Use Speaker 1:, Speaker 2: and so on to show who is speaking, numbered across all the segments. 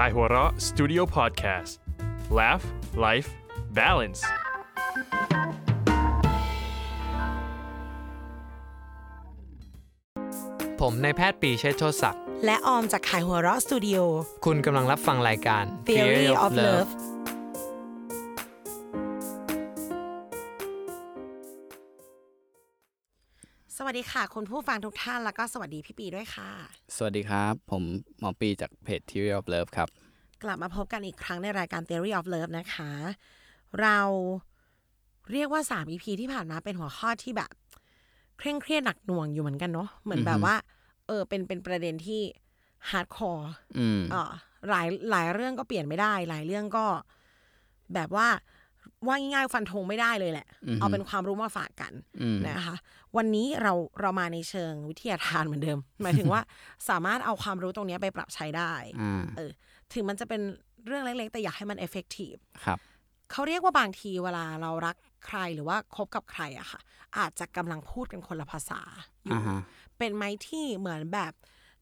Speaker 1: k a i h u r a Studio Podcast Laugh Life Balance
Speaker 2: ผมนายแพทย์ปรีเชษฐ์โชติศักดิ์
Speaker 3: และออมจากขายหัวเราะสตูดิโอ
Speaker 2: คุณกำลังรับฟังรายการ
Speaker 3: Theory of Love สวัสดีค่ะ คุณผู้ฟังทุกท่านแล้วก็สวัสดีพี่ปีด้วยค่ะ
Speaker 4: สวัสดีครับ ผมหมอปีจากเพจ Theory of Love ครับ
Speaker 3: กลับมาพบกันอีกครั้งในรายการ Theory of Love นะคะ เราเรียกว่า 3 EP ที่ผ่านมาเป็นหัวข้อที่แบบ เคร่งเครียดหนักหน่วงอยู่เหมือนกันเนาะเหมือนแบบว่า เออเป็นเป็นประเด็นที่ฮาร์ดคอร์
Speaker 4: อืม
Speaker 3: เอ่อหลายหลายเรื่องก็เปลี่ยนไม่ได้ หลายเรื่องก็ แบบว่าว่าง่ายๆฟันธงไม่ได้เลยแหละ
Speaker 4: อือฮึ
Speaker 3: เอาเป็นความรู้มาฝากกัน
Speaker 4: อืม
Speaker 3: นะคะ วันนี้เราเรามาในเชิงวิทยาทานเหมือนเดิ ม หมายถึงว่าสามารถเอาความรู้ตรงเนี้ยไปปรับใช้ได้
Speaker 4: อ่า
Speaker 3: ถึงมันจะเป็นเรื่องเล็กๆ แต่อยากให้มัน effective
Speaker 4: ครับ
Speaker 3: เขาเรียกว่าบางทีเวลาเรารักใครหรือว่าคบกับใครอะค่ะ อาจจะกำลังพูดกันคนละภาษาอยู่
Speaker 4: อ่าฮะ
Speaker 3: เป็นไหมที่เหมือนแบบ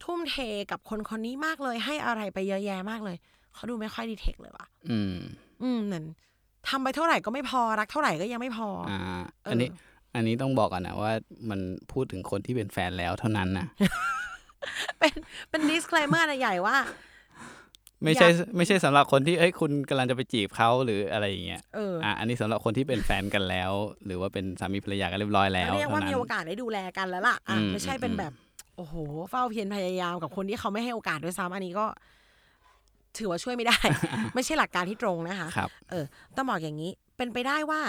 Speaker 3: ทุ่มเทกับคนคนนี้มากเลย ให้อะไรไปเยอะแยะมากเลย เขาดูไม่ค่อยดีเทคเลยว่ะ
Speaker 4: อืม
Speaker 3: อืมนั่นทำไปเท่าไหร่ก็ไม่พอรักเท่าไหร่ก็ยังไม่พออ
Speaker 4: อ่า
Speaker 3: เอออั
Speaker 4: อันนี้ อันนี้ต้องบอกก่อนนะว่ามันพูดถึงคนที่เป็นแฟนแล้วเท่านั้นนะ
Speaker 3: เป็นเป็น disclaimer อันใหญ่ว่า
Speaker 4: ไม่ใช่ ไม่ใช่สำหรับคนที่เอ้ย คุณกำลังจะไปจีบเขาหรืออะไรอย่างเงี้ย
Speaker 3: เอออ
Speaker 4: อ่า อันนี้สำหรับคนที่เป็นแฟนกันแล้ว หรือว่าเป็นสามีภรรยากันเรียบร้อยแล้ว
Speaker 3: เรียกว่ามี
Speaker 4: เท่านั้
Speaker 3: โอน กาสได้ดูแลกันแล้วล่ะอ่ะ
Speaker 4: อืม
Speaker 3: ไม่ใช่เป็น
Speaker 4: อืม
Speaker 3: แบบ โอ้โห เฝ้าเพียรพยายามกับคนที่เขาไม่ให้โอกาสด้วยซ้ำอันนี้ก็ ถือว่าช่วยไม่ได้ ไม่ใช่หลักการที่ตรงนะคะ
Speaker 4: ครับ
Speaker 3: เออต้องบอกอย่างนี้ เป็นไปได้ว่า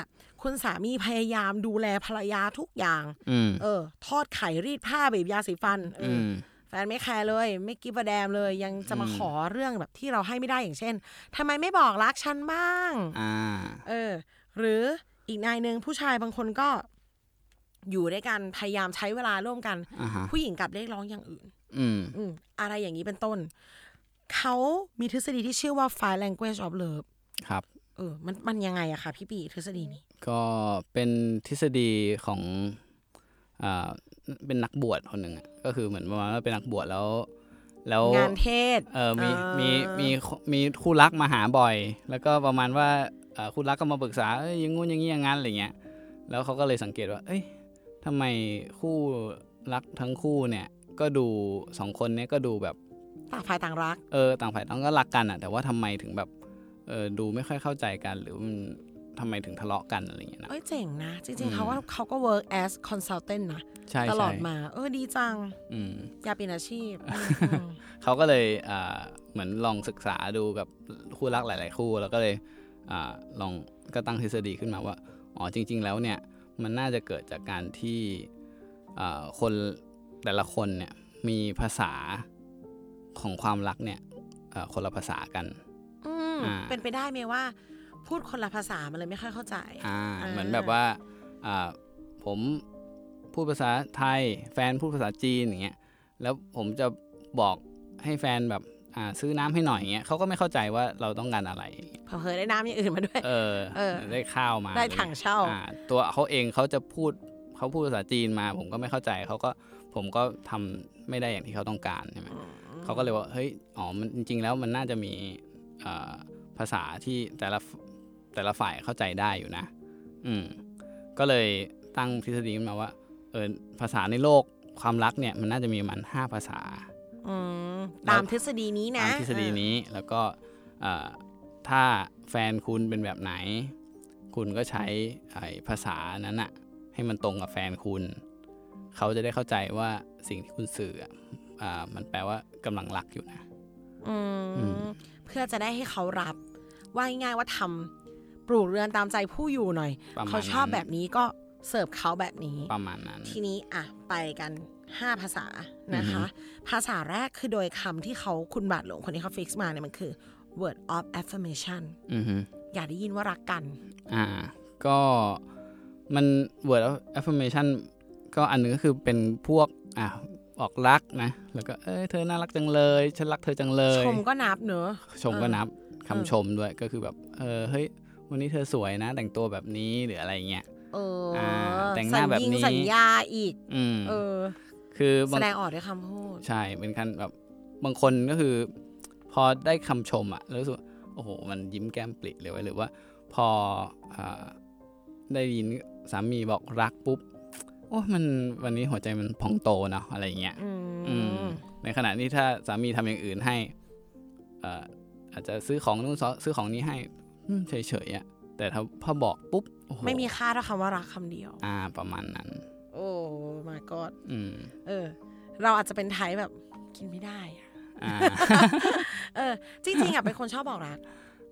Speaker 3: คุณสามีพยายามดูแลภรรยาทุกอย่าง
Speaker 4: อืม
Speaker 3: เออ ทอดไข่รีดผ้าบีบยาสีฟันเออ
Speaker 4: อื
Speaker 3: อ
Speaker 4: ม
Speaker 3: แฟนไม่แคร์เลย ไม่กิฟต์แดมเลย ยังจะมาขอเรื่องแบบที่เราให้ไม่ได้อย่างเช่นทำไมไม่บอกรักฉันบ้าง
Speaker 4: อ่า
Speaker 3: เออ หรืออีกนายหนึ่งผู้ชายบางคนก็ อยู่ด้วยกันพยายามใช้เวลาร่วมกัน
Speaker 4: อ่าฮะ
Speaker 3: ผู้หญิงกลับเรียกร้องอย่างอื่น
Speaker 4: อืม
Speaker 3: อืมอะไรอย่างนี้เป็นต้น เขามีทฤษฎีที่ชื่อว่า five language of love
Speaker 4: ครับ
Speaker 3: เออ มันมันยังไงอะคะพี่ปีทฤษฎีนี้
Speaker 4: ก็เป็นทฤษฎีของอ่าเป็นนักบวชคนหนึ่งอะก็คือเหมือนประมาณว่าเป็นนักบวชแล้ว แล้ว
Speaker 3: งานเทศ
Speaker 4: เออมี
Speaker 3: อ่ามี
Speaker 4: มีมีมีคู่รักมาหาบ่อย แล้วก็ประมาณว่าเอ่อคู่รักก็มาปรึกษาเอ้ยอยังงู้นอย่างงี้อย่างงั้นอะไรเงี้ยแล้วเขาก็เลยสังเกตว่า เอ้ยทำไมคู่รักทั้งคู่เนี่ยก็ดูสองคนเนี้ยก็ดูแบบ
Speaker 3: ต่างฝ่ายต่างรัก
Speaker 4: เออต่างฝ่ายต้องก็รักกันอ่ะ แต่ว่าทำไมถึงแบบเออดูไม่ค่อยเข้าใจกัน หรือมันทำไมถึงทะเลาะกันอะไรเงี้ยนะ
Speaker 3: เอ้ยเจ๋งนะ จ
Speaker 4: อื
Speaker 3: ริง
Speaker 4: ม
Speaker 3: ๆ เขาว่าเขาก็ work as consultant นะ
Speaker 4: ใช่
Speaker 3: ตลอด
Speaker 4: ใช่
Speaker 3: มา เออดีจัง
Speaker 4: อืม
Speaker 3: อยากเป็นอา ชีพอืม
Speaker 4: เขาก็เลยอ่าเหมือนลองศึกษาดูกับคู่รักหลาย ๆ คู่ แล้วก็เลยอาลองก็ตั้งทฤษฎีขึ้นมาว่า อ๋อ จริง ๆ แล้วเนี่ย มันน่าจะเกิดจากการที่อ่าคนแต่ละคนเนี่ยมีภาษาของความรักเนี่ยเอ่อคนละภาษากัน
Speaker 3: อืม
Speaker 4: อ่า
Speaker 3: เป็นไปได้ไหมว่า พูดคนละภาษามันเลยไม่ค่อยเข้าใจ
Speaker 4: อ่า
Speaker 3: อ่า
Speaker 4: เหมือนแบบว่าอ่าผมพูดภาษาไทย แฟนพูดภาษาจีนอย่างเงี้ยแล้วผมจะบอกให้แฟนแบบอ่าซื้อน้ำให้หน่อยอย่างเงี้ยเขาก็ไม่เข้าใจว่าเราต้องการอะไร
Speaker 3: เผลอๆได้น้ำอย่างอื่นมาด้วย
Speaker 4: เออ
Speaker 3: เออ
Speaker 4: ได้ข้าวมา
Speaker 3: ได้ถังเช่า
Speaker 4: อ่ตัวเขาเองเขาจะพูดเขาพูดภาษาจีนมา ผมก็ไม่เข้าใจเขาก็ผมก็ทำไม่ได้อย่างที่เขาต้องการใช่ไหมเขาก็เลยว่าเฮ้ยอ๋อมันจริง ๆ แล้วมันน่าจะมีเอ่อภาษาที่แต่ละแต่ละฝ่ายเข้าใจได้อยู่นะ อืมก็เลยตั้งทฤษฎีขึ้นมาว่าเออภาษาในโลกความรักเนี่ยมันน่าจะมีประมาณห้าภาษา
Speaker 3: อืมตามทฤษฎีนี้นะ
Speaker 4: ตามทฤษฎีนี้แล้วก็เอ่อถ้าแฟนคุณเป็นแบบไหน คุณก็ใช้ไอ้ภาษานั้นอะให้มันตรงกับแฟนคุณ เขาจะได้เข้าใจว่าสิ่งที่คุณสื่ออะอ่ามันแปลว่ากำลังรักอยู่นะ
Speaker 3: เออ
Speaker 4: อื
Speaker 3: อืม
Speaker 4: ม
Speaker 3: เพื่อจะได้ให้เขารับ ว่าง่ายๆว่าทำปลูกเรือนตามใจผู้อยู่หน่อย
Speaker 4: ประมาณ
Speaker 3: เขาชอบ
Speaker 4: นั้น
Speaker 3: แบบนี้ก็เสิร์ฟเขาแบบนี้
Speaker 4: ประมาณนั้น
Speaker 3: ทีนี้อ่ะไปกัน ห้าภาษานะคะ ภาษาแรกคือโดยคำที่เขาคุณบาทหลวงคนนี้เขาฟิกซ์มาเนี่ยมันคือ word of affirmation
Speaker 4: อือฮึ
Speaker 3: อย่าได้ยินว่ารักกัน
Speaker 4: อ่า ก็มัน word of affirmation ก็อันหนึงก็คือเป็นพวกอ่ะบอกรักนะ แล้วก็เอ้ยเธอน่ารักจังเลย ฉันรักเธอจังเลย
Speaker 3: ชมก็นับเนอะ
Speaker 4: ชมก็
Speaker 3: เออ
Speaker 4: นับคำ
Speaker 3: เออ
Speaker 4: ชมด้วยก็คือแบบเออเฮ้ยวันนี้เธอสวยนะ แต่งตัวแบบนี้หรืออะไรเงี้ย
Speaker 3: เออ
Speaker 4: อ่าแต่งหน้าแบบนี้
Speaker 3: สัญญิงสัญญาอีก
Speaker 4: อืม
Speaker 3: เออ
Speaker 4: คือบา
Speaker 3: แส
Speaker 4: ง
Speaker 3: ดงออกด้วยคำพูด
Speaker 4: ใช่เป็นการแบบบางคนก็คือ พอได้คำชมอะแล้วรู้สึกว่าโอ้โห มันยิ้มแก้มปลิเลยเว้ยหรือว่าพออาได้ยินสามีบอกรักปุ๊บ โอ้มันวันนี้หัวใจมันพองโตเนาะอะไรอย่างเงี้ย
Speaker 3: อื
Speaker 4: อืม
Speaker 3: ม
Speaker 4: ในขณะที่ถ้าสามีทำอย่างอื่นให้เอ่ออาจจะซื้อของนู่นซื้อของนี้ให้อืมเฉยๆอะแต่ถ้าพอบอกปุ๊บโอ้โห
Speaker 3: ไม่มีค่าเท่าคำว่ารักคำเดียว
Speaker 4: อ่าประมาณนั้น
Speaker 3: โอ้ my god
Speaker 4: อืม
Speaker 3: เออ เราอาจจะเป็นไทยแบบกินไม่ได้ อะ
Speaker 4: อ่า
Speaker 3: เออ จริงๆอ่ะ เป็นคนชอบบอกรัก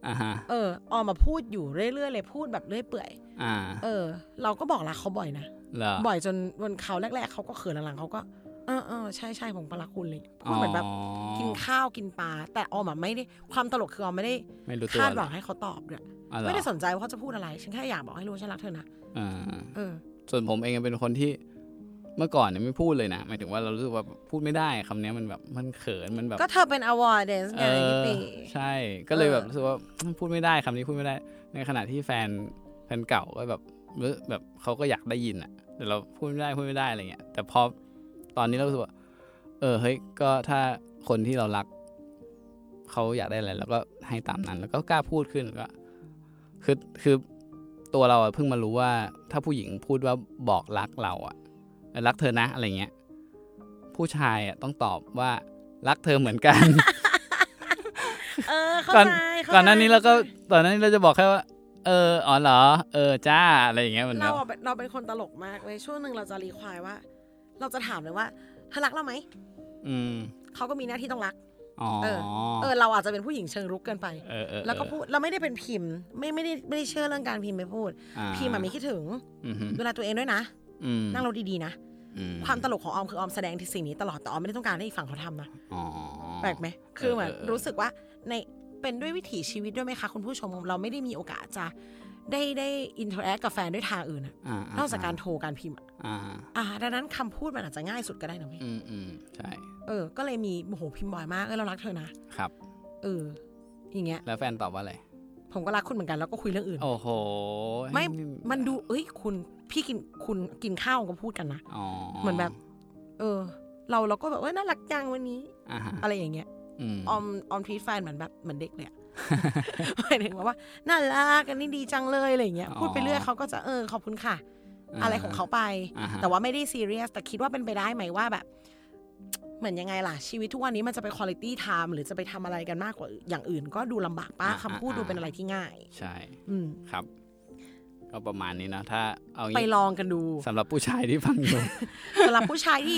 Speaker 4: อ่าฮะ
Speaker 3: เออ ออกมาพูดอยู่เรื่อยๆเลยพูดแบบเรื่อยเปื่อย
Speaker 4: อ่า
Speaker 3: เออ เราก็บอกรักเขาบ่อยนะ
Speaker 4: เหรอ
Speaker 3: บ่อยจนวันเขาแรกๆเขาก็เขินหลังๆเขาก็ เออเออใช่ใช่ผมก็รักคุณเลยพูดเหมือนแบบ
Speaker 4: อ๋อ
Speaker 3: กินข้าวกินปลา แต่ออมอะไม่ได้ ความตลกคือออมไม่ได้
Speaker 4: ไม่รู้ตัว
Speaker 3: คาดหวังให้เขาตอบด้วย
Speaker 4: อ๋อเหรอ
Speaker 3: ไม่ได้สนใจว่าเขาจะพูดอะไร ฉันแค่อยากบอกให้รู้ว่าฉันรักเธอนะ
Speaker 4: อ่า
Speaker 3: เออ
Speaker 4: ส่วนผมเองเป็นคนที่เมื่อก่อนเนี่ยไม่พูดเลยนะหมายถึงว่าเรารู้สึกว่าพูดไม่ได้คำเนี้ยมันแบบมันเขินมันแบบ
Speaker 3: ก็เธอเป็น awareness ไง
Speaker 4: เอ
Speaker 3: พี่
Speaker 4: อ
Speaker 3: ปี
Speaker 4: ใช่ ก็เลย
Speaker 3: เออ
Speaker 4: แบบรู้สึกว่าพูดไม่ได้คำนี้พูดไม่ได้ ในขณะที่แฟนแฟนเก่าก็แบบหรือแบบเขาก็อยากได้ยินอ่ะแต่เราพูดไม่ได้พูดไม่ได้อะไรเงี้ยแต่พอตอนนี้เรารู้สึกว่า เออเฮ้ยก็ถ้าคนที่เรารักเขาอยากได้อะไรเราก็ให้ตามนั้น แล้วก็กล้าพูดขึ้นก็คือคือตัวเราอะเพิ่งมารู้ว่า ถ้าผู้หญิงพูดว่าบอกรักเราอะเออรักเธอนะอะไรเงี้ย ผู้ชายอะต้องตอบว่ารักเธอเหมือนกัน
Speaker 3: เออเข้า
Speaker 4: ก่อน
Speaker 3: ใจเข้ใจ
Speaker 4: ก่อนหน้านี้เราก็ตอนหน้านี้เราจะบอกแค่ว่า เอออ๋อเหรอ เออจ้าอะไรอย่างเงี้ยมัน
Speaker 3: เรา
Speaker 4: แบบ
Speaker 3: อะเป็นเราเป็นคนตลกมากเลยช่วงหนึ่งเราจะรีควายว่า เราจะถามเลยว่าเธอรักเราไหม
Speaker 4: อืม
Speaker 3: เขาก็มีหน้าที่ต้องรัก
Speaker 4: อ๋อ
Speaker 3: เออ เออเราอาจจะเป็นผู้หญิงเชิงรุกเกินไป
Speaker 4: เออเออ
Speaker 3: แล้วก็พูดเราไม่ได้เป็นพิมพ์ ไม่ไม่ได้ไม่ได้เชื่อเรื่องการพิมพ์ไปพูด
Speaker 4: อ่า
Speaker 3: พิมพ์อะไม่คิดถึง
Speaker 4: อืมฮึ
Speaker 3: ดูแลตัวเองด้วยนะ
Speaker 4: อืม
Speaker 3: นั่งรถดีๆนะ
Speaker 4: อื
Speaker 3: ความตลกของออมคือออมแสดงที่สิ่งนี้ตลอดแต่ออมไม่ได้ต้องการให้อีกฝั่งเขาทำนะ
Speaker 4: อ๋อ
Speaker 3: แปลกไหมคือเหมือน
Speaker 4: เออเออ
Speaker 3: รู้สึกว่าในเป็นด้วยวิถีชีวิตด้วยไหมคะคุณผู้ชมเราไม่ได้มีโอกาสจะได้ได้อินเทอร์แอคกับแฟนด้วยทางอื่นอะ
Speaker 4: อ่าน
Speaker 3: อกจากการโทรการพิมพ์อะ
Speaker 4: อ่า
Speaker 3: อ่าดังนั้นคำพูดมันอาจจะง่ายสุดก็ได้นะเว้ย
Speaker 4: อืมอืมใช่
Speaker 3: เออ ก็เลยมีโอ้โหพิมพ์บ่อยมาก เออเรารักเธอนะ
Speaker 4: ครับ
Speaker 3: เออ อย่างเงี้ย
Speaker 4: แล้วแฟนตอบว่าอะไร
Speaker 3: ผมก็รักคุณเหมือนกันแล้วก็คุยเรื่องอื่น
Speaker 4: โอ้โห
Speaker 3: ไม่ มันดู เอ้ย คุณ พี่กิน คุณกินข้าวก็พูดกันนะ
Speaker 4: อ๋อ
Speaker 3: เหมือนแบบ เออ เราเราก็แบบว่าน่ารักจังวันนี้
Speaker 4: อ่าฮะ
Speaker 3: อะไรอย่างเงี้ย
Speaker 4: อืม
Speaker 3: ออม ออมทีแฟนเหมือนแบบ เหมือนเด็กเลยอะ หมายถึงว่า น่ารักกันนี่ดีจังเลยอะไรอย่างเงี้ย พูดไปเรื่อยเขาก็จะ เออ ขอบคุณค่ะ อะไรของเขาไป
Speaker 4: อ่ฮะ
Speaker 3: แต่ว่าไม่ได้ซีเรียส แต่คิดว่าเป็นไปได้ไหมว่าแบบ เหมือนยังไงล่ะ ชีวิตทุกวันนี้มันจะไปคุณ i t y time หรือจะไปทำอะไรกันมากกว่าอย่างอื่น ก็ดูลำบากป้าคำพูดดูเป็นอะไรที่ง่าย
Speaker 4: ใช่
Speaker 3: อืม
Speaker 4: ครับ ก็ประมาณนี้เนอะถ้าเอา
Speaker 3: ไป
Speaker 4: งี้
Speaker 3: ลองกัน ดู
Speaker 4: สำหรับผู้ชายที่ฟัง อยู่
Speaker 3: สำหรับผู้ชายที่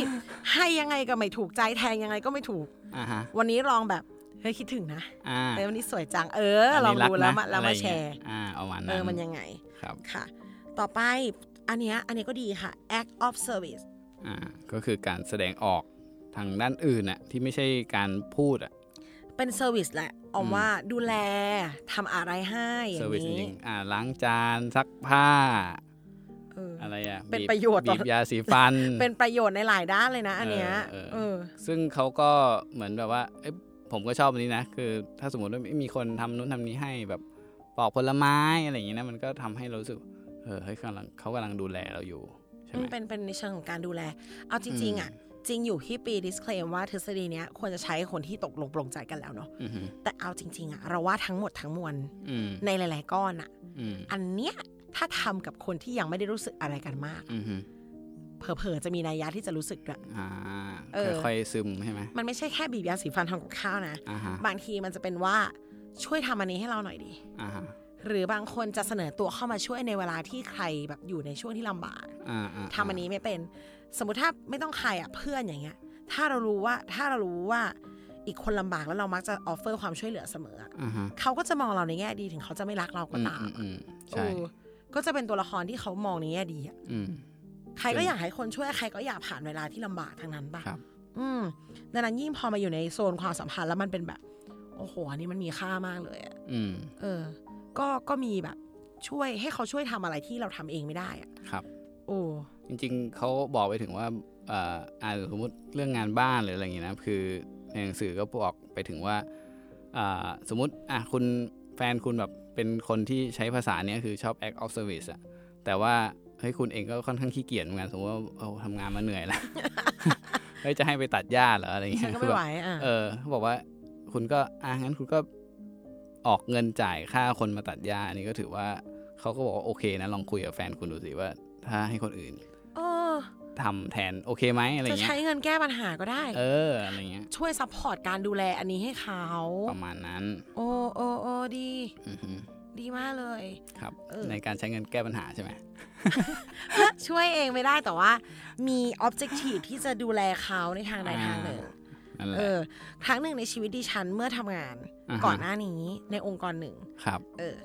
Speaker 3: ให้ยังไงก็ไม่ถูกใจแทงยังไงก็ไม่ถูก
Speaker 4: อ่าฮะ
Speaker 3: วันนี้ลองแบบเฮ้ยคิดถึงนะ
Speaker 4: อ่า
Speaker 3: เฮ้ยวันนี้สวยจังเอออลอง
Speaker 4: นนี้รัก
Speaker 3: ดูแล้ว
Speaker 4: นะ
Speaker 3: มาแล้ว
Speaker 4: อะไร
Speaker 3: มา
Speaker 4: อย่ง
Speaker 3: แช
Speaker 4: เงี้ย
Speaker 3: ร์
Speaker 4: อ่าเอามัน
Speaker 3: เออมัน
Speaker 4: น
Speaker 3: ยังไง
Speaker 4: ครับ
Speaker 3: ค่ะ ต่อไปอันเนี้ยอันนี้ก็ดีค่ะ act of service
Speaker 4: อ่าก็คือการแสดงออกทางด้านอื่นน่ะที่ไม่ใช่การพูดอ่ะ
Speaker 3: เป็นเซอร์วิสแหละออมว่าดูแลทำอะไรให้อย่า
Speaker 4: เซอ
Speaker 3: ง
Speaker 4: ร์วิสจ
Speaker 3: นี้
Speaker 4: ริงๆอ่าล้างจานซักผ้า
Speaker 3: เอออ
Speaker 4: อะไรอ่ะ
Speaker 3: เป็น
Speaker 4: บีบ
Speaker 3: ประโยชน์ต่อ
Speaker 4: บีบยาสีฟัน
Speaker 3: เป็นประโยชน์ในหลายด้านเลยนะ อันเนี้ย
Speaker 4: เออเออ
Speaker 3: เออ
Speaker 4: ซึ่งเขาก็เหมือนแบบว่าเอ้ยผมก็ชอบอันนี้นะ คือถ้าสมมติว่าไม่มีคนทำนู้นทำนี้ให้แบบปอกผลไม้อะไรอย่างเงี้ยนะมันก็ทำให้เรารู้สึกเออเฮ้ยกำลังเขากำลังดูแลเราอยู่ใช่ไหม
Speaker 3: เป็นเป็นในเชิงของการดูแล เอาจริง ๆ อ่ะ จริงอยู่ที่ปี disclaim ว่าทฤษฎีเนี้ยควรจะใช้กับคนที่ตกลงปลงใจกันแล้วเนาะ
Speaker 4: อือฮึ
Speaker 3: แต่เอาจริง ๆ อ่ะ เราว่าทั้งหมดทั้งมวล
Speaker 4: อืม
Speaker 3: ในหลาย ๆ ก้อนอ่ะ
Speaker 4: อืม
Speaker 3: อันเนี้ยถ้าทำกับคนที่ยังไม่ได้รู้สึกอะไรกันมาก
Speaker 4: อือฮึ
Speaker 3: เผลอ ๆ จะมีนัยยะที่จะรู้สึกด้วย
Speaker 4: อ่า
Speaker 3: เออ
Speaker 4: ค่อยๆซึมใช่ไหม
Speaker 3: มันไม่ใช่แค่บีบยาสีฟันทำกับข้าวนะ
Speaker 4: อ่าฮะ
Speaker 3: บางทีมันจะเป็นว่าช่วยทำอันนี้ให้เราหน่อยดี
Speaker 4: อ่าฮะ
Speaker 3: หรือบางคนจะเสนอตัวเข้ามาช่วยในเวลาที่ใครแบบอยู่ในช่วงที่ลำบาก
Speaker 4: อ่าๆๆ
Speaker 3: ทำอันนี้ไม่เป็น สมมติถ้าไม่ต้องใครอ่ะเพื่อนอย่างเงี้ย ถ้าเรารู้ว่าถ้าเรารู้ว่าอีกคนลำบากแล้วเรามักจะออฟเฟอร์ความช่วยเหลือเสมออะ
Speaker 4: อ่าฮะ
Speaker 3: เขาก็จะมองเราในแง่ดีถึงเขาจะไม่รักเราก็ตาม
Speaker 4: อื
Speaker 3: อะ
Speaker 4: อือืม
Speaker 3: เอ
Speaker 4: ใช่
Speaker 3: อก็จะเป็นตัวละครที่เขามองในแง่ดีอะ
Speaker 4: อืม
Speaker 3: ใครก็อยากให้คนช่วยใครก็อยากผ่านเวลาที่ลำบากทั้งนั้นปะ
Speaker 4: ครับ
Speaker 3: อืมดังนั้นยิ่งพอมาอยู่ในโซนความสัมพันธ์แล้วมันเป็นแบบ โอ้โหอันนี้มันมีค่ามากเลยอะ
Speaker 4: อืม
Speaker 3: เออ ก็ก็มีแบบช่วยให้เขาช่วยทำอะไรที่เราทำเองไม่ได้อะ
Speaker 4: ครับ
Speaker 3: โอ้
Speaker 4: จริงๆ เขาบอกไปถึงว่าเอ่ออ่าสมมติเรื่องงานบ้านหรืออะไรอย่างงี้นะ คือในหนังสือก็บอกไปถึงว่าอ่าสมมติอ่ะคุณแฟนคุณแบบเป็นคนที่ใช้ภาษาเนี้ยคือชอบ act of service อะแต่ว่าเฮ้ยคุณเองก็ค่อนข้างขี้เกียจเหมือนกันสมมติว่าเอาทำงานมาเหนื่อยแล้ว เฮ้ยจะให้ไปตัดหญ้าเหรออะไรอย่างเงี้ย
Speaker 3: ฉันก็
Speaker 4: คื
Speaker 3: ไม่ไหว
Speaker 4: อแบบ
Speaker 3: อ่ะ
Speaker 4: เออเขาบอกว่าคุณก็อ่ะงั้นคุณก็ออกเงินจ่ายค่าคนมาตัดหญ้าอันนี้ก็ถือว่าเขาก็บอกว่าโอเคนะลองคุยกับแฟนคุณดูสิว่า ถ้าให้คนอื่น
Speaker 3: เออ
Speaker 4: ทำแทนโอเคไหมอะไร
Speaker 3: จะ
Speaker 4: เงี้
Speaker 3: ใช้
Speaker 4: ย
Speaker 3: เงินแก้ปัญหาก็ได้
Speaker 4: เอออะไรเงี้ย
Speaker 3: ช่วยซัพพอร์ตการดูแลอันนี้ให้เขา
Speaker 4: ประมาณนั้น
Speaker 3: โอ้โอ้โอ้ดี
Speaker 4: อือฮึ
Speaker 3: ดีมากเลย
Speaker 4: ครับ
Speaker 3: เออ
Speaker 4: ในการใช้เงินแก้ปัญหาใช่ไหม
Speaker 3: ช่วยเองไม่ได้แต่ว่า มี objective ที่จะดูแลเขาในทางใดทางหนึ่ง
Speaker 4: นั่นแหละ
Speaker 3: เออ ครั้งหนึ่งในชีวิตดิฉันเมื่อทำงาน
Speaker 4: อ่าฮะ
Speaker 3: ก่อนหน้านี้ในองค์กรหนึ่ง
Speaker 4: ครับ
Speaker 3: เออ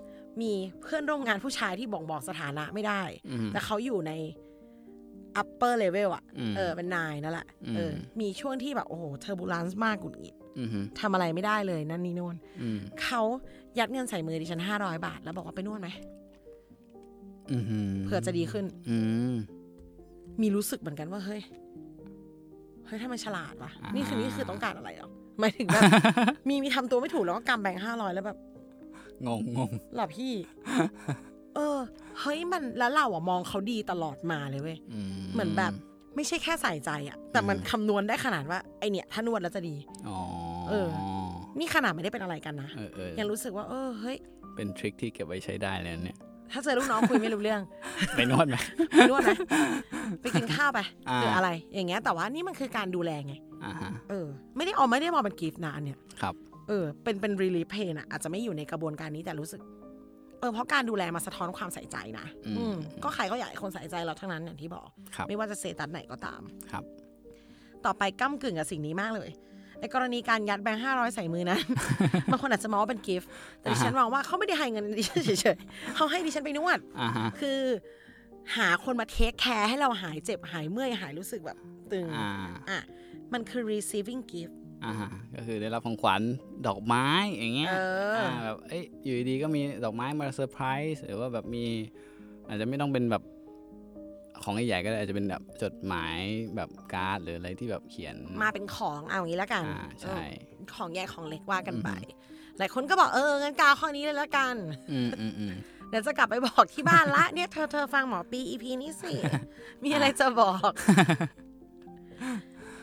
Speaker 3: มีเพื่อนร่วมงานผู้ชายที่บ่งบอกสถานะไม่ได้
Speaker 4: อืม
Speaker 3: แต่เขาอยู่ใน upper level อ่ะ
Speaker 4: อืม
Speaker 3: เออ เป็นนายนั่นแหละ
Speaker 4: อืม
Speaker 3: เออ มีช่วงที่แบบ โอ้โห เทอร์บูลันซ์มากกุดอิด
Speaker 4: อือฮึ
Speaker 3: ทำอะไรไม่ได้เลยนั่นนี่นู่น
Speaker 4: อืม
Speaker 3: เขายัดเงินใส่มือดิฉันห้าร้อยบาท แล้วบอกว่าไปนวดไหม
Speaker 4: อือฮึ
Speaker 3: เผื่อจะดีขึ้น
Speaker 4: อืม
Speaker 3: มีรู้สึกเหมือนกันว่าเฮ้ย เฮ้ยถ้ามันฉลาดวะ
Speaker 4: อ่านี่
Speaker 3: นี่คือนี่คือต้องการอะไรหรอหมายถึง แบบ มีมีทำตัวไม่ถูกแล้วก็กำแบงค์ห้าร้อยแล้วแบบ
Speaker 4: งงงง
Speaker 3: หรอพี่ เออ เฮ้ยมันแล้วเราอะมองเขาดีตลอดมาเลยเว้ย
Speaker 4: อื
Speaker 3: เหมือนแบบ ไม่ใช่แค่ใส่ใจอะแต่มันคำนวณได้ขนาดว่าไอเนี่ย ถ้านวดแล้วจะดี
Speaker 4: อ๋อ
Speaker 3: เออ นี่ขนาดไม่ได้เป็นอะไรกันนะ
Speaker 4: เออเออ
Speaker 3: ยังรู้สึกว่า เออเฮ้ย
Speaker 4: เป็นทริคที่เก็บไว้ใช้ได้เลยอัน เนี่ย
Speaker 3: ถ้าเจอลูกน้องคุยไม่รู้เรื่อง
Speaker 4: ไปนวดไหม
Speaker 3: ไปนวดนะไปกินข้าวไป
Speaker 4: อ่า
Speaker 3: หรืออะไร อย่างเงี้ย แต่ว่านี่มันคือการดูแลไง
Speaker 4: อ่าฮะ
Speaker 3: เออ ไม่ได้ออกไม่ได้มองเป็นกิฟต์นะอันเนี้ย
Speaker 4: ครับ
Speaker 3: เออ เป็น เป็น relief pain อะอาจจะไม่อยู่ในกระบวนการนี้แต่รู้สึก เออ เพราะการดูแลมาสะท้อนความใส่ใจนะ
Speaker 4: อืม
Speaker 3: อืม ก็ใครก็อยากให้คนใส่ใจเราทั้งนั้นอย่างที่บอก
Speaker 4: ครับ
Speaker 3: ไม่ว่าจะเซตัสไหนก็ตาม
Speaker 4: ครับ
Speaker 3: ต่อไปก้ากึ่งกับสิ่งนี้มากเลย ไอ้กรณีการยัดแบงค์ห้าร้อยใส่มือ นั้น บางคนอาจจะมองว่าเป็นกิฟต์ แต่ดิฉันมองว่าเขาไม่ได้ให้เงิน ดิฉันเฉยๆ เขาให้ดิฉันไปนวด
Speaker 4: อ่าฮะ
Speaker 3: คือ หาคนมาเทคแคร์ให้เราหายเจ็บหายเมื่อยหายรู้สึกแบบตึง
Speaker 4: อ่า
Speaker 3: อ่ะ มันคือ receiving gift
Speaker 4: อ่าฮะก็คือได้รับของขวัญดอกไม้อย่างเงี้ย
Speaker 3: เอออ่
Speaker 4: าแบบเอ้ยอยู่ดีๆก็มีดอกไม้มาเซอร์ไพรส์หรือว่าแบบมี อาจจะไม่ต้องเป็นแบบของใหญ่ๆก็ได้อาจจะเป็นแบบจดหมายแบบการ์ดหรืออะไรที่แบบเขียน
Speaker 3: มาเป็นของเอาอย่างนี้แล้วกัน
Speaker 4: อ่าใช่
Speaker 3: ของใหญ่ของเล็กว่ากันไป หลายคนก็บอกเอองั้นกาวข้อนี้เลยแล้วกัน
Speaker 4: อืมอืมอืม
Speaker 3: เดี๋ยวจะกลับไปบอกที่บ้านละ เนี่ยเธอเธอฟังหมอปีอีพีนี้สิ มีอะไรจะบอก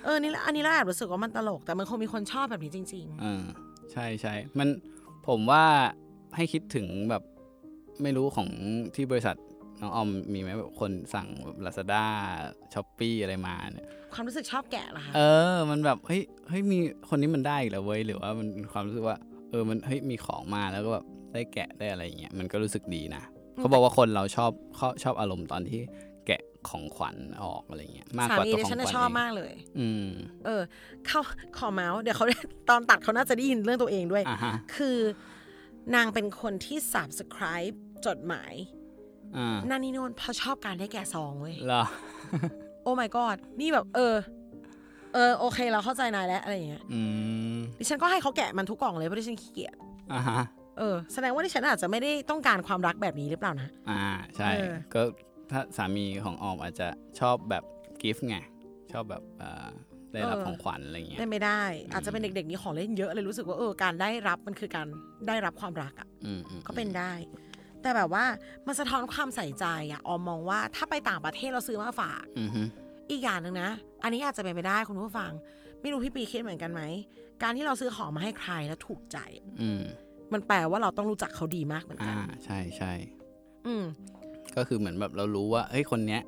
Speaker 3: เออนี่ละอันนี้เราแอบรู้สึกว่ามันตลก แต่มันคงมีคนชอบแบบนี้จริง
Speaker 4: เออใช่ใช่มันผมว่าให้คิดถึงแบบไม่รู้ของที่บริษัทน้องออมมีไหมแบบคนสั่งแบบ Lazada s h o p ป e อะไรมาเนี่ย
Speaker 3: ๆ ความรู้สึกชอบแกะเหรอคะ
Speaker 4: เออ มันแบบ เฮ้ย เฮ้ย มีคนนี้มันได้อีกแล้วเว้ย หรือว่ามันความรู้สึกว่า เออ มัน เฮ้ย มีของมาแล้วก็แบบ ได้แกะ ได้อะไรอย่างเงี้ย มันก็รู้สึกดีนะ เขาบอกว่าคนเราชอบชอบชอบอารมณ์ตอนที่แกะของขวัญออกอะไรเงี้ย มาก
Speaker 3: สาก
Speaker 4: ว่า
Speaker 3: มี
Speaker 4: ตัว
Speaker 3: ดิ
Speaker 4: ของ
Speaker 3: ฉัน
Speaker 4: ข
Speaker 3: น่ะ
Speaker 4: วัญ
Speaker 3: ชอบ
Speaker 4: เอง
Speaker 3: มากเลย
Speaker 4: อืม
Speaker 3: เออ เขาขอเมาส์เดี๋ยวเขา ตอนตัดเขาน่าจะได้ยินเรื่องตัวเองด้วย
Speaker 4: อ่าฮะ
Speaker 3: คือนางเป็นคนที่ subscribe จดหมาย
Speaker 4: อ่า
Speaker 3: นั่นนี่โน่นเพราะชอบการได้แกะซองเว้ย
Speaker 4: เหรอ
Speaker 3: โอ้ my god นี่แบบเออ เออโอเคเราเข้าใจนายแล้วอะไรอย่างเงี้ย
Speaker 4: อืม
Speaker 3: ดิฉันก็ให้เขาแกะมันทุกกล่องเลยเพราะดิฉันขี้เกียจ
Speaker 4: อ่าฮะ
Speaker 3: เออ แสดงว่าดิฉันอาจจะไม่ได้ต้องการความรักแบบนี้หรือเปล่านะ
Speaker 4: อ่า ใช่
Speaker 3: เออ
Speaker 4: ก็ถ้าสามีของออมอาจจะชอบแบบกิฟต์ไง ชอบแบบเอ่อได้รับของขวัญอะไรเงี้ย
Speaker 3: ไม่ได้ อาจจะเป็นเด็กๆนี้ของเล่นเยอะเลยรู้สึกว่าเออการได้รับมันคือการได้รับความรักอ่ะ
Speaker 4: อืมอืม
Speaker 3: ก็เป็นได้ แต่แบบว่ามันสะท้อนความใส่ใจอ่ะออมมองว่าถ้าไปต่างประเทศเราซื้อมาฝาก
Speaker 4: อืมฮึ
Speaker 3: อีกอย่างหนึ่งนะ อันนี้อาจจะเป็นไปได้คุณผู้ฟัง ไม่รู้พี่ปีคิดเหมือนกันไหม การที่เราซื้อของมาให้ใครแล้วถูกใจ
Speaker 4: อืม
Speaker 3: มันแปลว่าเราต้องรู้จักเขาดีมากเหมือนกั
Speaker 4: อ่า
Speaker 3: น
Speaker 4: ใช่ใช่
Speaker 3: อืม
Speaker 4: ก็คือเหมือนแบบเรารู้ว่าเฮ้ยคนเนี้ย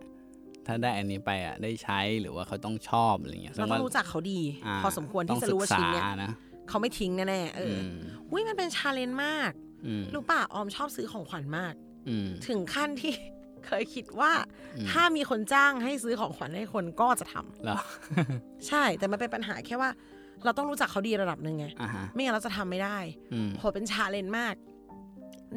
Speaker 4: ถ้าได้อันนี้ไปอ่ะได้ใช้หรือว่าเขาต้องชอบอะไรเงี้ย
Speaker 3: เราต้องรู้จักเขาดี
Speaker 4: า
Speaker 3: พอสมควรที่จะรู้ว่าชิ้นเนี้ย
Speaker 4: ต้องศึกษานะ
Speaker 3: เขาไม่ทิ้งแน่ๆเอ
Speaker 4: อื
Speaker 3: ออ
Speaker 4: ม
Speaker 3: อุ้ยมันเป็นชาเลนจ์มาก
Speaker 4: อืม
Speaker 3: รู้ป่ะออมชอบซื้อของขวัญมาก
Speaker 4: อืม
Speaker 3: ถึงขั้นที่ เคยคิดว่า
Speaker 4: อืม
Speaker 3: ถ้ามีคนจ้างให้ซื้อของขวัญให้คนก็จะทำ
Speaker 4: แล้ว
Speaker 3: ใช่ แต่มันเป็นปัญหาแค่ว่า เราต้องรู้จักเขาดีระดับหนึ่งไง
Speaker 4: อ่าฮะ
Speaker 3: ไม่งั้นเราจะทำไม่ได้
Speaker 4: อืม
Speaker 3: โหเป็นชาเลนจ์มาก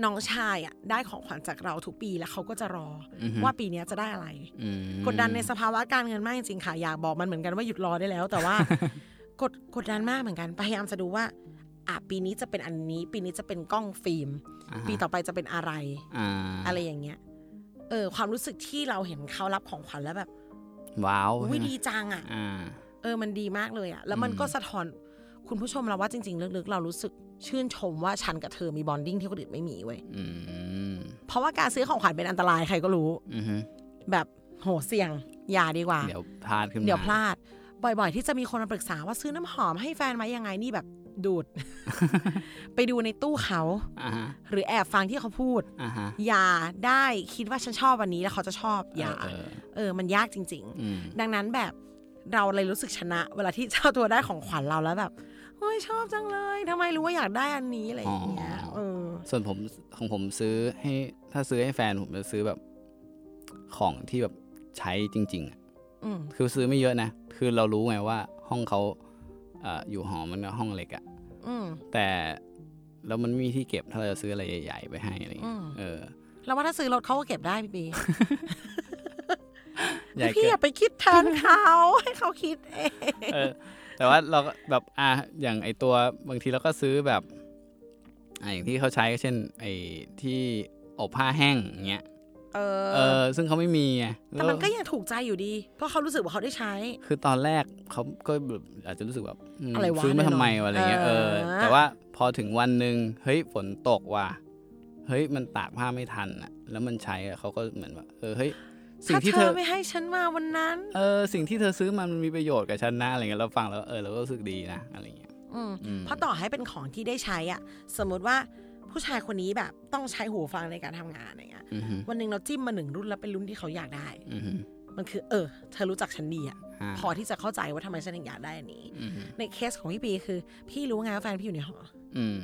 Speaker 3: น้องชายอะได้ของขวัญจากเราทุกปีแล้วเขาก็จะรอ
Speaker 4: อือฮึ
Speaker 3: ว่าปีเนี้ยจะได้อะไร
Speaker 4: อืม
Speaker 3: กดดันในสภาวะการเงินมากจริงๆค่ะอยากบอกมันเหมือนกันว่าหยุดรอได้แล้ว แต่ว่า กดกดดันมากเหมือนกันพยายามจะดูว่าอ่ะปีนี้จะเป็นอันนี้ ปีนี้จะเป็นกล้องฟิล์ม
Speaker 4: าฮะ
Speaker 3: ปีต่อไปจะเป็นอะไร
Speaker 4: อ่า
Speaker 3: อะไรอย่างเงี้ย เออ ความรู้สึกที่เราเห็นเขารับของขวัญแล้วแบบ
Speaker 4: ว้าว
Speaker 3: อุ้ย
Speaker 4: ใช่ไหม
Speaker 3: ดีจังอ่ะ
Speaker 4: อ่า
Speaker 3: เออ มันดีมากเลยอ่ะ แล้วมัน
Speaker 4: อืม
Speaker 3: ก็สะท้อนคุณผู้ชมเราว่าจริง ๆ ลึกๆ เรารู้สึกชื่นชมว่าฉันกับเธอมีบอนดิ้งที่คนอื่นไม่มีเว้ย
Speaker 4: อืม
Speaker 3: เพราะว่าการซื้อของขวัญเป็นอันตรายใครก็รู้
Speaker 4: อือฮึ
Speaker 3: แบบโหเสี่ยง อย่าดีกว่า
Speaker 4: เดี๋ยวพลาดขึ้นมา
Speaker 3: เดี๋ยวพลาด บ่อยๆ ที่จะมีคนมาปรึกษาว่าซื้อน้ำหอมให้แฟนไหมยังไงนี่แบบดู ด ไปดูในตู้เขา
Speaker 4: อ่าฮะ
Speaker 3: หรือแอบฟังที่เขาพูด
Speaker 4: อ่าฮะ
Speaker 3: อย่าได้คิดว่าฉันชอบวันนี้แล้วเขาจะชอบอย่า
Speaker 4: เเอ
Speaker 3: เออ มันยากจริง
Speaker 4: อืม
Speaker 3: ๆ ดังนั้นแบบเราเลยรู้สึกชนะ เวลาที่เจ้าตัวได้ของขวัญเราแล้วแบบโอ้ยชอบจังเลยทำไมรู้ว่าอยากได้อันนี้อะไรอย่างเงี้ยเออ
Speaker 4: ส่วนผมของผมซื้อให้ถ้าซื้อให้แฟนผมจะซื้อแบบของที่แบบใช้จริง ๆอะ
Speaker 3: อืม
Speaker 4: คือซื้อไม่เยอะนะ คือเรารู้ไงว่าห้องเขาเอ่ออยู่หอมันก็ห้องเล็กอะ
Speaker 3: อืม
Speaker 4: แต่แล้วมันไม่มีที่เก็บถ้าเราจะซื้ออะไรใหญ่ ๆ ไปให้อะไรเงี้ย
Speaker 3: อืม
Speaker 4: เออ
Speaker 3: แล้วว่าถ้าซื้อรถเขาก็เก็บได้พี่บี
Speaker 4: ใหญ่
Speaker 3: พี่
Speaker 4: เกิ
Speaker 3: อน ย่าไปคิดแทนเขา ให้เขาคิดเอง
Speaker 4: เออ แต่ว่าเราก็แบบอ่ะอย่างไอตัวบางทีเราก็ซื้อแบบอ่ะอย่างที่เขาใช้ก็เช่น ไอที่อบผ้าแห้งอย่างเงี้ย
Speaker 3: เอ
Speaker 4: เอ
Speaker 3: อ
Speaker 4: อ ซึ่งเขาไม่มีไงล้ว
Speaker 3: แต่มันก็ยังถูกใจอยู่ดี เพราะเขารู้สึกว่าเขาได้ใช้
Speaker 4: คือตอนแรกเขาก็แบบอาจจะรู้สึกแบบม
Speaker 3: อะไรวะ
Speaker 4: ซื้อมาทำไมวะ
Speaker 3: แน่นอน
Speaker 4: อะไรเงี้ยเออ
Speaker 3: เออ
Speaker 4: แต่ว่าพอถึงวันหนึ่งเฮ้ยฝนตกว่ะเฮ้ยมันตากผ้าไม่ทันอ่ะ แล้วมันใช้อ่ะเขาก็เหมือนว่าเออเฮ้ยสิ่
Speaker 3: ถ้าง
Speaker 4: ที่
Speaker 3: เธ
Speaker 4: เธ
Speaker 3: อ
Speaker 4: อ
Speaker 3: ไม่ให้ฉันมาวันนั้น
Speaker 4: เออสิ่งที่เธอซื้อมามันมีประโยชน์กับฉันนะอะไรเงี้ยเราฟังแล้วเออเราก็รู้สึกดีนะอะไรเงี้ย
Speaker 3: อืม
Speaker 4: อืม
Speaker 3: เพราะต่อให้เป็นของที่ได้ใช้อ่ะ สมมติว่าผู้ชายคนนี้แบบต้องใช้หูฟังในการทำงานอะไรเงี้ย
Speaker 4: อือฮึ
Speaker 3: วันหนึ่งเราจิ้มมาหนึ่งรุ่นแล้วเป็นรุ่นที่เขาอยากได้
Speaker 4: อือฮึ
Speaker 3: มันคือ เออ เธอรู้จักฉันดีอ่ะ
Speaker 4: า
Speaker 3: พอที่จะเข้าใจว่าทำไมฉันถึงอยากได้อันนี้
Speaker 4: อือฮึ
Speaker 3: ในเคสของพี่ปีคือ พี่รู้ไงว่าแฟนพี่อยู่ในหอ
Speaker 4: อืม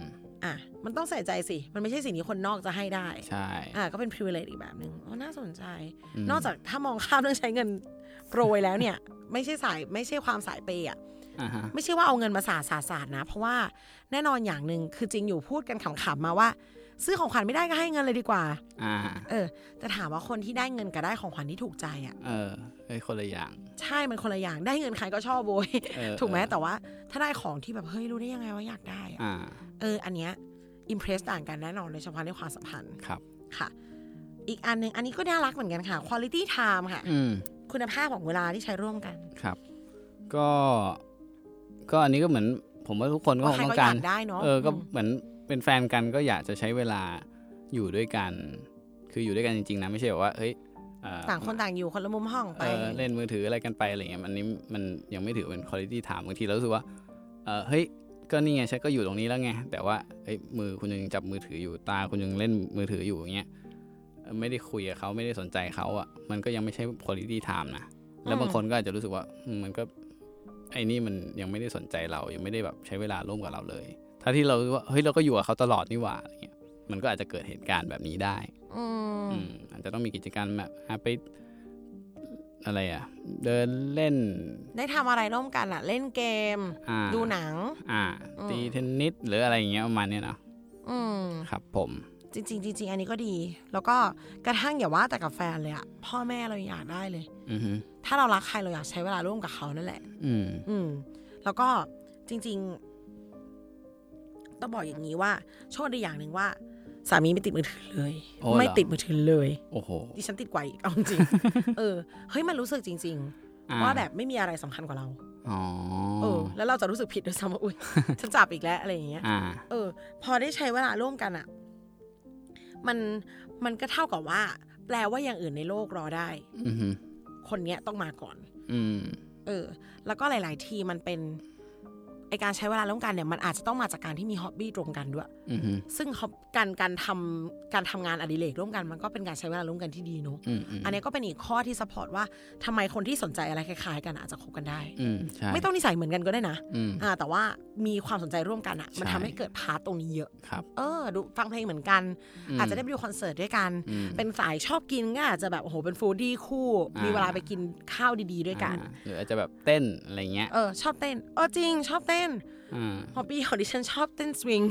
Speaker 3: อ่ะ มันต้องใส่ใจสิ มันไม่ใช่สิ่งที่คนนอกจะให้ได้
Speaker 4: ใช่
Speaker 3: อ่ะ ก็เป็น privilege อีกแบบหนึ่งอ๋อน่าสนใจ
Speaker 4: ม
Speaker 3: นอกจากถ้ามองข้ามเรื่องใช้เงินโปรยแล้วเนี่ย ไม่ใช่สายไม่ใช่ความสายเปย์อ่ะ
Speaker 4: อ่าฮะ
Speaker 3: ไม่ใช่ว่าเอาเงินมาสาดสาดสาดนะ เพราะว่าแน่นอนอย่างหนึ่งคือจริงอยู่พูดกันขำๆมาว่า ซื้อของขวัญไม่ได้ก็ให้เงินเลยดีกว่า
Speaker 4: อ่า
Speaker 3: เออ แต่ถามว่าคนที่ได้เงินกับได้ของขวัญที่ถูกใจอ่ะ
Speaker 4: เออเอ้ยคนละอย่าง
Speaker 3: ใช่มันคนละอย่างได้เงินใครก็ชอบโวย
Speaker 4: เออ
Speaker 3: ถูกไหม
Speaker 4: เออ
Speaker 3: แต่ว่าถ้าได้ของที่แบบเฮ้ยรู้ได้ยังไงว่าอยากได้อะ
Speaker 4: อ่า
Speaker 3: เอออันเนี้ยอิมเพรสต่างกันแน่นอนโดยเฉพาะในความสัมพันธ์
Speaker 4: ครับ
Speaker 3: ค่ะ อีกอันหนึ่งอันนี้ก็น่ารักเหมือนกันค่ะ quality time ค่ะ
Speaker 4: อืม
Speaker 3: คุณภาพของเวลาที่ใช้ร่วมกัน
Speaker 4: ครับ ก็ ก็อันนี้ก็เหมือน ผมว่าทุกคนก็คง
Speaker 3: ใคร
Speaker 4: ต้อ
Speaker 3: ก็
Speaker 4: ง
Speaker 3: อ
Speaker 4: การ
Speaker 3: ยากได้เนาะ
Speaker 4: เออ ก็
Speaker 3: ม
Speaker 4: เหมือนเป็นแฟนกันก็อยากจะใช้เวลาอยู่ด้วยกัน คืออยู่ด้วยกันจริงๆนะไม่ใช่แบบว่าเฮ้ยเอ่อ
Speaker 3: ต่างคนต่างอยู่คนละมุมห้องไป
Speaker 4: เออเล่นมือถืออะไรกันไปอะไรเงี้ยมันนี้มันยังไม่ถือเป็นคุณภาพถามบางทีเรารู้สึกว่าเออเฮ้ยก็นี่ไงฉันก็อยู่ตรงนี้แล้วไงแต่ว่าเอ้ยมือคุณยังจับมือถืออยู่ตาคุณยังเล่นมือถืออยู่อย่างเงี้ยเออไม่ได้คุยกับเขาไม่ได้สนใจเขาอ่ะมันก็ยังไม่ใช่คุณภาพถามนะแล้วบางคนก็อาจจะรู้สึกว่าอืมมันก็ไอ้นี่มันยังไม่ได้สนใจเรายังไม่ได้แบบใช้เวลาร่วมกับเราเลยถ้าที่เรารู้ว่าเฮ้ยเราก็อยู่กับเขาตลอดนี่หว่าอะไรเงี้ยมันก็อาจจะเกิดเหตุการณ์แบบนี้ได้
Speaker 3: อืม
Speaker 4: อืมอาจจะต้องมีกิจกรรมแบบอ่ะไปอะไรอ่ะ เดินเล่น
Speaker 3: ได้ทำอะไรร่วมกันล่ะ เล่นเกม
Speaker 4: อ่า
Speaker 3: ดูหนัง
Speaker 4: อ่า
Speaker 3: อืม
Speaker 4: ตีเทนนิสหรืออะไรอย่างเงี้ยประมาณเนี้ยเนาะ
Speaker 3: อืม
Speaker 4: ครับ ผม
Speaker 3: จริงๆจริงๆอันนี้ก็ดี แล้วก็กระทั่งอย่าว่าแต่กับแฟนเลยอะพ่อแม่เรายังอยากได้เลย
Speaker 4: อือฮึ
Speaker 3: ถ้าเรารักใครเราอยากใช้เวลาร่วมกับเขานั่นแหละ
Speaker 4: อืม
Speaker 3: อืม แล้วก็จริง ๆ ต้องบอกอย่างนี้ว่า โชคดีอย่างหนึ่งว่า สามีไม่ติดมือถือเลย
Speaker 4: โอ้เหรอ
Speaker 3: ไม่ติดมือถือเลย
Speaker 4: โอ้โห
Speaker 3: ดิฉันติดกว่าอีกเอาจริง เออ เฮ้ยมันรู้สึกจริง
Speaker 4: อ่
Speaker 3: ๆ ว่าแบบไม่มีอะไรสำคัญกว่าเรา
Speaker 4: อ๋อ
Speaker 3: เออ แล้วเราจะรู้สึกผิดด้วยซ้ำว่าอุ้ย ฉันจับอีกแล้วอะไรอย่างเงี้ย
Speaker 4: อ่า
Speaker 3: เออ พอได้ใช้เวลาร่วมกันอะมันมันก็เท่ากับว่า แปลว่าอย่างอื่นในโลกรอได้
Speaker 4: อือฮึ
Speaker 3: คนเนี้ยต้องมาก่อน
Speaker 4: อืม
Speaker 3: เออ แล้วก็หลาย ๆ ทีมันเป็นไอการใช้เวลาร่วมกันเนี่ยมันอาจจะต้องมาจากการที่มีฮ็อบบี้ตรงกันด้วย
Speaker 4: อือฮึ
Speaker 3: ซึ่ง hob- การการทำการทำงานอดิเรกร่วมกันมันก็เป็นการใช้เวลาร่วมกันที่ดีเนอะ
Speaker 4: อืมอืม
Speaker 3: อันเนี้ยก็เป็นอีกข้อที่สปอร์ตว่าทำไมคนที่สนใจอะไรคล้าย ๆ กันอาจจะคบกันได้
Speaker 4: อืมใช่
Speaker 3: ไม่ต้องนิสัยเหมือนกันก็ได้นะ
Speaker 4: อืม
Speaker 3: อ่าแต่ว่ามีความสนใจร่วมกันอะมัน
Speaker 4: ใช่
Speaker 3: ทำให้เกิดพาร์ตตรงนี้เยอะ
Speaker 4: ครับ
Speaker 3: เออดูฟังเพลงเหมือนกัน
Speaker 4: ม
Speaker 3: อาจจะได้ไปดูคอนเสิร์ตด้วยกัน
Speaker 4: อืม
Speaker 3: เป็นสายชอบกินก็อาจจะแบบโอ้โหเป็นฟู้ดดี้คู่
Speaker 4: อ่ามี
Speaker 3: มีเวลาไปกินข้าวดีๆด้วยกัน
Speaker 4: อ่าหรืออาจจะแบบเต้นอะไรเงี้ย
Speaker 3: เออ ชอบเต้นเออจริง ชอบเต้ ต้น
Speaker 4: อ่า
Speaker 3: ฮอบบี้ของดิฉันชอบเต้นส วิง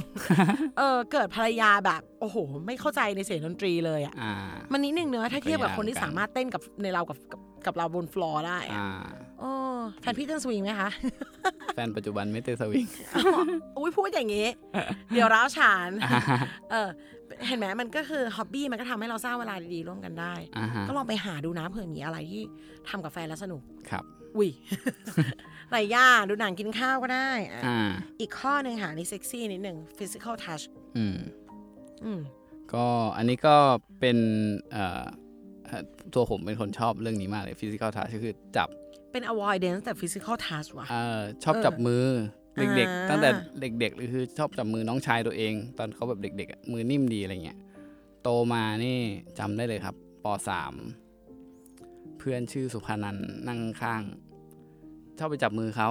Speaker 3: เออเกิดภรรยาแบบ โอ้โห ไม่เข้าใจในเสียงดนตรีเลยอ่ะ
Speaker 4: อ่า
Speaker 3: มันนิดนึงเนอะถ้าเทียบกับคนที่
Speaker 4: ก็ยากเห
Speaker 3: สา
Speaker 4: มือนกัน
Speaker 3: มารถเต้นกับในเรากับกับกับเราบนฟลอร์ได้อะ
Speaker 4: อ่า
Speaker 3: โอ้แฟนพี่เต้นสวิงไหมคะ
Speaker 4: แฟนปัจจุบันไม่เต้นสวิง
Speaker 3: อุ้ยพูดอย่าง นี้ เดี๋ยวร้าวฉาน เออเห็นไหมมันก็คือฮอบบี้มันก็ทำให้เราสร้างเวลาดีๆร่วมกันได้
Speaker 4: อ่าฮะ
Speaker 3: ก็ลองไปหาดูนะเผื่อมีอะไรที่ทำกับแฟนแล้วสนุก
Speaker 4: ครับ
Speaker 3: อุ้ย ไรย่าดูหนังกินข้าวก็ได้อะ
Speaker 4: อ่า
Speaker 3: อีกข้อหนึ่งหาในเซ็กซี่นิดหนึ่ง physical touch
Speaker 4: อืม
Speaker 3: อืม
Speaker 4: ก็อันนี้ก็เป็นเอ่อเอ่อตัวผมเป็นคนชอบเรื่องนี้มากเลย physical touch ก็คือจับ
Speaker 3: เป็น avoidance แต่ physical touch ว่ะ
Speaker 4: เอ่อชอบจับมือ
Speaker 3: เออ
Speaker 4: เด็ก
Speaker 3: อ่า
Speaker 4: ๆ ตั้งแต่เด็กๆคือชอบจับมือน้องชายตัวเอง ตอนเขาแบบเด็กๆอะมือนิ่มดีอะไรเงี้ย โตมานี่จำได้เลยครับปสามเพื่อนชื่อสุภานันท์นั่งข้างชอบไปจับมือเขา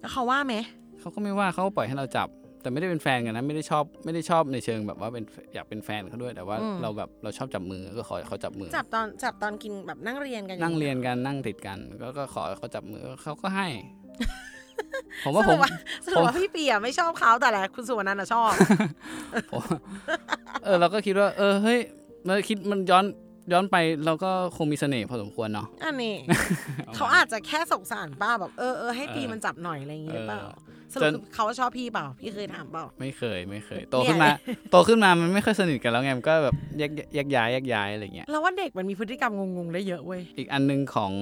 Speaker 3: แล้วเขาว่าไหม
Speaker 4: เขาก็ไม่ว่าเขาก็ปล่อยให้เราจับ แต่ไม่ได้เป็นแฟนกันนะ ไม่ได้ชอบไม่ได้ชอบในเชิงแบบว่าเป็นอยากเป็นแฟนเขาด้วยแต่ว่า
Speaker 3: อืม
Speaker 4: เราแบบเราชอบจับมือก็ขอให้เขาจับมือ
Speaker 3: จับตอนจับตอนกินแบบนั่งเรียนกัน
Speaker 4: นั่ง
Speaker 3: อาง
Speaker 4: เรียนกันนั่งติดกันก็ก็ขอให้เขาจับมือเขาก็ ให้ ผมว่า
Speaker 3: ส
Speaker 4: ผ
Speaker 3: รุ
Speaker 4: ม
Speaker 3: ปว่า สรุปว่าพี่เปียไม่ชอบเขาแต่แหละคุณสุวรรณันท์อะชอบ
Speaker 4: ผมเออเราก็คิดว่า เออเฮ้ยมันคิดมันย้อนย้อนไปเราก็คงมีเสน่ห์พอสมควรเนาะ
Speaker 3: อัน นี้ เขาอาจจะแค่สงสารป้าแบบเออเออให้ปีมันจับหน่อยอะไรอย่างเงี้ยหรือเปล่า
Speaker 4: เออ
Speaker 3: สรุป
Speaker 4: จน
Speaker 3: คือเขาชอบพี่เปล่า พี่เคยถามเปล่า
Speaker 4: ไม่เคยไม่เคย โตขึ้นมาโตขึ้นมามันไม่ค่อยสนิทกันแล้วไงมันก็แบบแยกแยกย้ายแยกย้ายอะไรเงี้ย
Speaker 3: เราว่าเด็กมันมีพฤติกรรมงงๆได้เยอะเว้ย
Speaker 4: อีกอันหนึงของ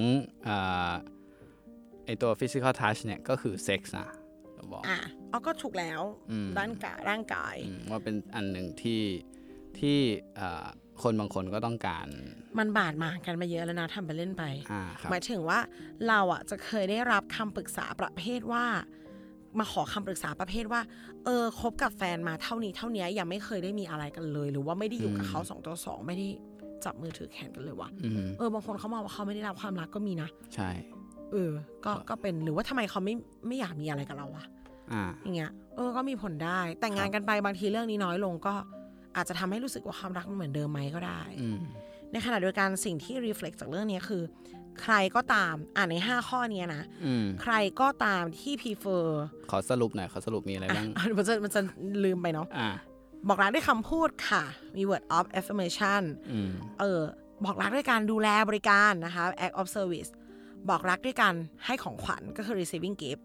Speaker 4: เออไอตัว physical touch เนี่ยก็คือ sex นะเราบอก
Speaker 3: อ่ะเอาก็ถูกแล้ว
Speaker 4: อืม
Speaker 3: ร่างกายร่างกาย
Speaker 4: อืมว่าเป็นอันหนึ่งที่ที่เอ่อคนบางคนก็ต้องการ
Speaker 3: มันบาดหมางกันมาเยอะแล้วนะทำไปเล่นไป
Speaker 4: อ่าครับ
Speaker 3: หมายถึงว่าเราอ่ะจะเคยได้รับคำปรึกษาประเภทว่า มาขอคำปรึกษาประเภทว่า เออคบกับแฟนมาเท่านี้เท่านี้ยังไม่เคยได้มีอะไรกันเลย หรือว่าไม่ได้อยู่กับเขาสองต่อสองไม่ได้จับมือถือแขนกันเลยว่ะ
Speaker 4: อืม
Speaker 3: เออบางคนเขามองว่าเขาไม่ได้รับความรักก็มีนะ
Speaker 4: ใช่
Speaker 3: เออ ก็ก็เป็นหรือว่าทำไมเขาไม่ไม่อยากมีอะไรกับเราวะ
Speaker 4: อ่า
Speaker 3: อย่างเงี้ยเออก็มีผลได้ แต่งงานกันไปบางทีเรื่องนี้น้อยลงก็อาจจะทำให้รู้สึกว่าความรักมันเหมือนเดิมไหมก็ได้
Speaker 4: อืม
Speaker 3: ในขณะเดียวกันสิ่งที่ reflect จากเรื่องนี้คือ ใครก็ตามอ่านใน 5 ข้อเนี้ยนะ
Speaker 4: อืม
Speaker 3: ใครก็ตามที่ prefer
Speaker 4: ขอสรุปหน่อยขอสรุปมีอะไร
Speaker 3: อ่ะ
Speaker 4: บ้าง
Speaker 3: มันจะมันจะลืมไปเนาะ
Speaker 4: อ่า
Speaker 3: บอกรักด้วยคำพูดค่ะ มี word of affirmation
Speaker 4: อืม
Speaker 3: เออบอกรักด้วยการดูแลบริการนะคะ act of service บอกรักด้วยการให้ของขวัญก็คือ receiving gift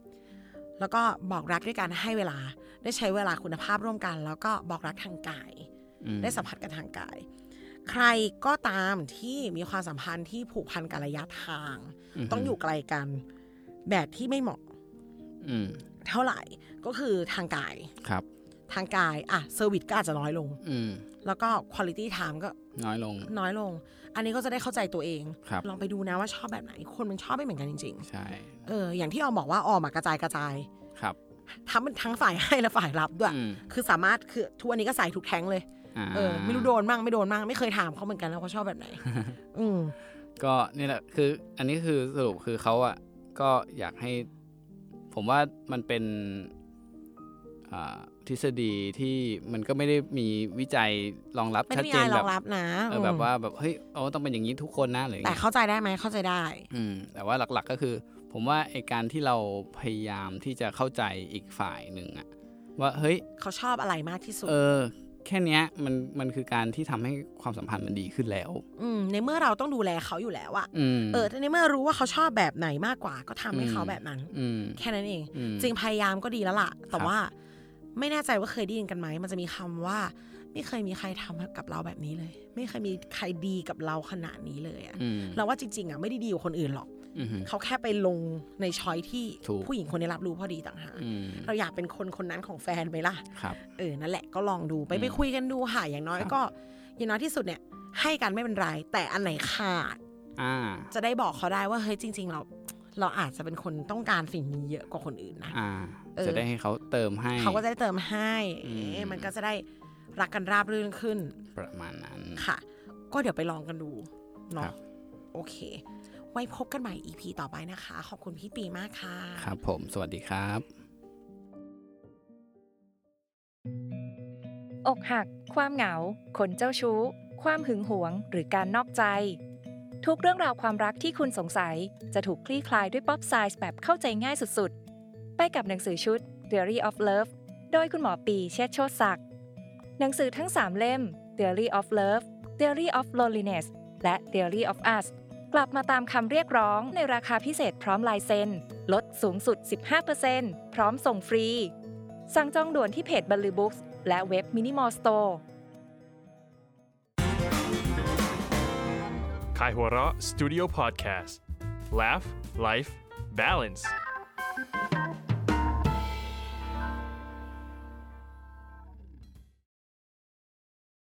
Speaker 3: แล้วก็บอกรักด้วยการให้เวลา ได้ใช้เวลาคุณภาพร่วมกัน แล้วก็บอกรักทางกาย
Speaker 4: อืม
Speaker 3: ได้สัมผัสกันทางกาย ใครก็ตามที่มีความสัมพันธ์ที่ผูกพันกับระยะทาง ต้องอยู่ไกลกัน แบบที่ไม่เหมาะ
Speaker 4: อืม
Speaker 3: เท่าไหร่ก็คือทางกาย
Speaker 4: ครับ
Speaker 3: ทางกายอ่ะเซอร์วิสก็อาจจะน้อยลง
Speaker 4: อืม
Speaker 3: แล้วก็คุณภาพ time ก็
Speaker 4: น้อยลง
Speaker 3: น้อยลง อันนี้ก็จะได้เข้าใจตัวเอง
Speaker 4: ครับ
Speaker 3: ลองไปดูนะว่าชอบแบบไหน คนมันชอบไม่เหมือนกันจริง
Speaker 4: ใช่
Speaker 3: ๆเอออย่างที่ออมบอกว่าออมอะกระจายกระจาย
Speaker 4: ครับ
Speaker 3: ทั้งมันทั้งฝ่ายให้และฝ่ายรับด้วย
Speaker 4: อืม
Speaker 3: คือสามารถคือทุกวันนี้ก็ใส่ถูกแทงเลย
Speaker 4: า
Speaker 3: เออไม่รู้โดนมั่งไม่โดนมั่งไม่เคยถามเขาเหมือนกันแล้วเขาชอบแบบไหน อืม
Speaker 4: ก็นี่แหละคืออันนี้คือสรุปคือเขาอ่ะก็อยากให้ ผมว่ามันเป็นอ่าทฤษฎีที่มันก็ไม่ได้มีวิจัยรองรับ
Speaker 3: ไม่
Speaker 4: ชั
Speaker 3: ได้
Speaker 4: ด
Speaker 3: มี
Speaker 4: เจ
Speaker 3: อะ
Speaker 4: น
Speaker 3: ไรร
Speaker 4: แบ
Speaker 3: อบ งรับนะ
Speaker 4: เออแบบว่าแบบเฮ้ยโอ้ต้องเป็นอย่างนี้ทุกคนนะหรือ
Speaker 3: แต่
Speaker 4: ไง
Speaker 3: เข้าใจได้ไหมเข้าใจได้
Speaker 4: อืมแต่ว่าหลักๆก็คือ ผมว่าไอการที่เราพยายามที่จะเข้าใจอีกฝ่ายหนึ่งอะว่าเฮ้ย
Speaker 3: เขาชอบอะไรมากที่สุด
Speaker 4: เออ แค่เนี้ยมันมันคือการที่ทำให้ความสัมพันธ์มันดีขึ้นแล้ว
Speaker 3: มในเมื่อเราต้องดูแลเขาอยู่แล้วอะ
Speaker 4: อืม
Speaker 3: เออแต่ในเมื่อรู้ว่าเขาชอบแบบไหนมากกว่า ก็ทำให้
Speaker 4: อืม
Speaker 3: เขาแบบนั้น
Speaker 4: อืม
Speaker 3: แค่นั้นเอง
Speaker 4: อืม
Speaker 3: จริงพยายามก็ดีแล้วล่ะ แต่
Speaker 4: ครับ
Speaker 3: ว่าไม่แน่ใจว่าเคยได้ยินกันไหม มันจะมีคำว่า ไม่เคยมีใครทำกับเราแบบนี้เลย ไม่เคยมีใครดีกับเราขนาดนี้เลยอะ
Speaker 4: อืม
Speaker 3: เราว่าจริงๆอะไม่ได้ดีกว่าคนอื่นหรอก
Speaker 4: อืม
Speaker 3: เขาแค่ไปลงในช้อยที่
Speaker 4: ถูก
Speaker 3: ผู้หญิงคนนี้รับรู้พอดีต่างหาก
Speaker 4: อืม
Speaker 3: เราอยากเป็นคนคนนั้นของแฟนไหมล่ะ
Speaker 4: ครับ
Speaker 3: เออ นั่นแหละก็ลองดูไป
Speaker 4: อืม
Speaker 3: ไปคุยกันดูค่ะ อย่างน้อย
Speaker 4: ครับ
Speaker 3: ก็ อย่างน้อยที่สุดเนี่ย ให้กันไม่เป็นไร แต่อันไหนขาด
Speaker 4: อ่า
Speaker 3: จะได้บอกเขาได้ว่า เฮ้ย จริง ๆ เรา เราอาจจะเป็นคนต้องการสิ่งนี้เยอะกว่าคนอื่นนะ
Speaker 4: อ่า
Speaker 3: เออ
Speaker 4: จะได้ให้เขาเติมให้
Speaker 3: เขาก็จะได้เติมให้
Speaker 4: อืม
Speaker 3: เอ๊ะมันก็จะได้รักกันราบรื่นขึ้น
Speaker 4: ประมาณนั้น
Speaker 3: ค่ะ ก็เดี๋ยวไปลองกันดู
Speaker 4: ครั
Speaker 3: เนาะ
Speaker 4: บ
Speaker 3: โอเค ไว้พบกันใหม่ EP ต่อไปนะคะ ขอบคุณพี่ปีมากค่ะ
Speaker 4: ครับผม สวัสดีครับ
Speaker 5: อกหัก ความเหงา คนเจ้าชู้ ความหึงหวง หรือการนอกใจ ทุกเรื่องราวความรักที่คุณสงสัย จะถูกคลี่คลายด้วยป๊อปไซส์แบบเข้าใจง่ายสุดๆ ไปกับหนังสือชุด Theory of Love โดยคุณหมอปีเชษฐ์โชติศักดิ์หนังสือทั้ง 3 เล่ม Theory of Love Theory of Loneliness และ Theory of Us กลับมาตามคำเรียกร้องในราคาพิเศษพร้อมลายเซ็น ลดสูงสุด 15%พร้อมส่งฟรี สั่งจองด่วนที่เพจบัลลือบุ๊กและเว็บ Minimal Store
Speaker 1: Kaihura Studio Podcast Laugh Life Balance